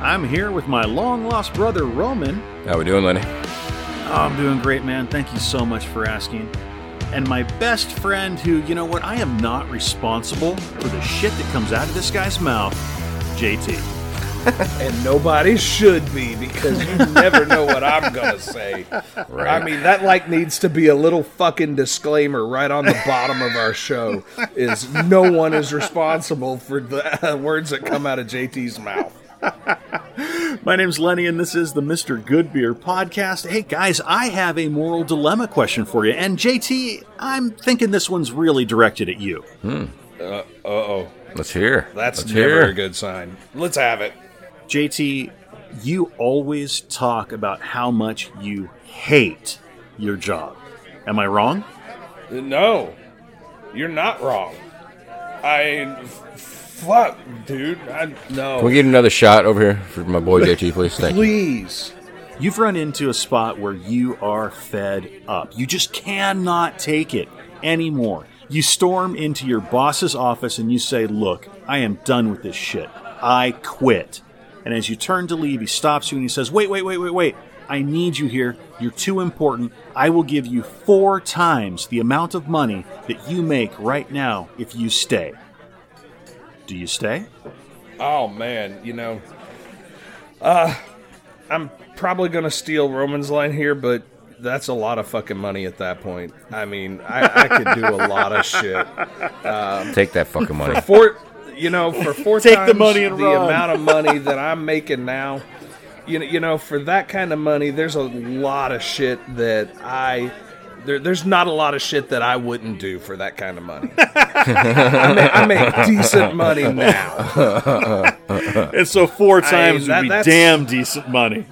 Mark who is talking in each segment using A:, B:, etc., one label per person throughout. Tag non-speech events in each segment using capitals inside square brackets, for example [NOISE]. A: I'm here with my long lost brother Roman.
B: How we doing, Lenny?
A: Oh, I'm doing great, man. Thank you so much for asking. And my best friend, who, you know what, I am not responsible for the shit that comes out of this guy's mouth, JT.
C: And nobody should be because you never know what I'm going to say.
B: Right.
C: I mean, that like needs to be a little fucking disclaimer right on the bottom of our show is no one is responsible for the uh, words that come out of JT's mouth.
A: My name's Lenny, and this is the Mr. Good Beer podcast. Hey, guys, I have a moral dilemma question for you. And JT, I'm thinking this one's really directed at you.
C: Uh-oh.
B: Let's hear.
C: That's
B: Let's
C: never
B: hear.
C: a good sign. Let's have it.
A: JT, you always talk about how much you hate your job. Am I wrong?
C: No, you're not wrong. I... f- Fuck, dude. I, no.
B: Can we get another shot over here for my boy JT, please? Thank you.
C: Please.
A: You've run into a spot where you are fed up. You just cannot take it anymore. You storm into your boss's office and you say, Look, I am done with this shit. I quit. And as you turn to leave, he stops you and he says, Wait, wait, wait, wait, wait. I need you here. You're too important. I will give you four times the amount of money that you make right now if you stay. Do you stay?
C: Oh man, you know, uh, I'm probably gonna steal Roman's line here, but that's a lot of fucking money at that point. I mean, I, I could do a lot of shit.
B: Take that fucking money.
C: Four, you know, for four
A: Take the
C: times
A: money and
C: the
A: run.
C: amount of money that I'm making now, you know, you know, for that kind of money, there's a lot of shit that I. There, there's not a lot of shit that I wouldn't do for that kind of money. [LAUGHS] I, make, I make decent money now.
A: And so four
C: times would be damn
A: decent money.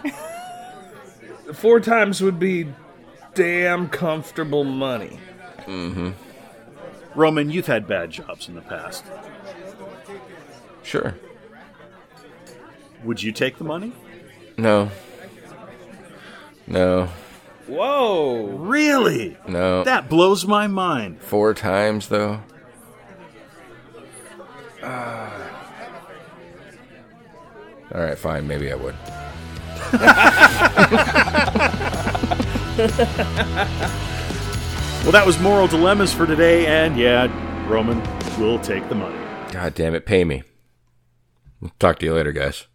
C: four times would be damn comfortable money.
A: Roman, you've had bad jobs in the past.
B: Sure.
A: Would you take the money?
B: No. No.
C: Whoa.
A: Really?
B: No.
A: That blows my mind.
B: Four times though. Uh, Ah. all right, fine. Maybe I would.
A: Well, that was moral dilemmas for today, and yeah, Roman will take the money.
B: God damn it! Pay me. Talk to you later, guys.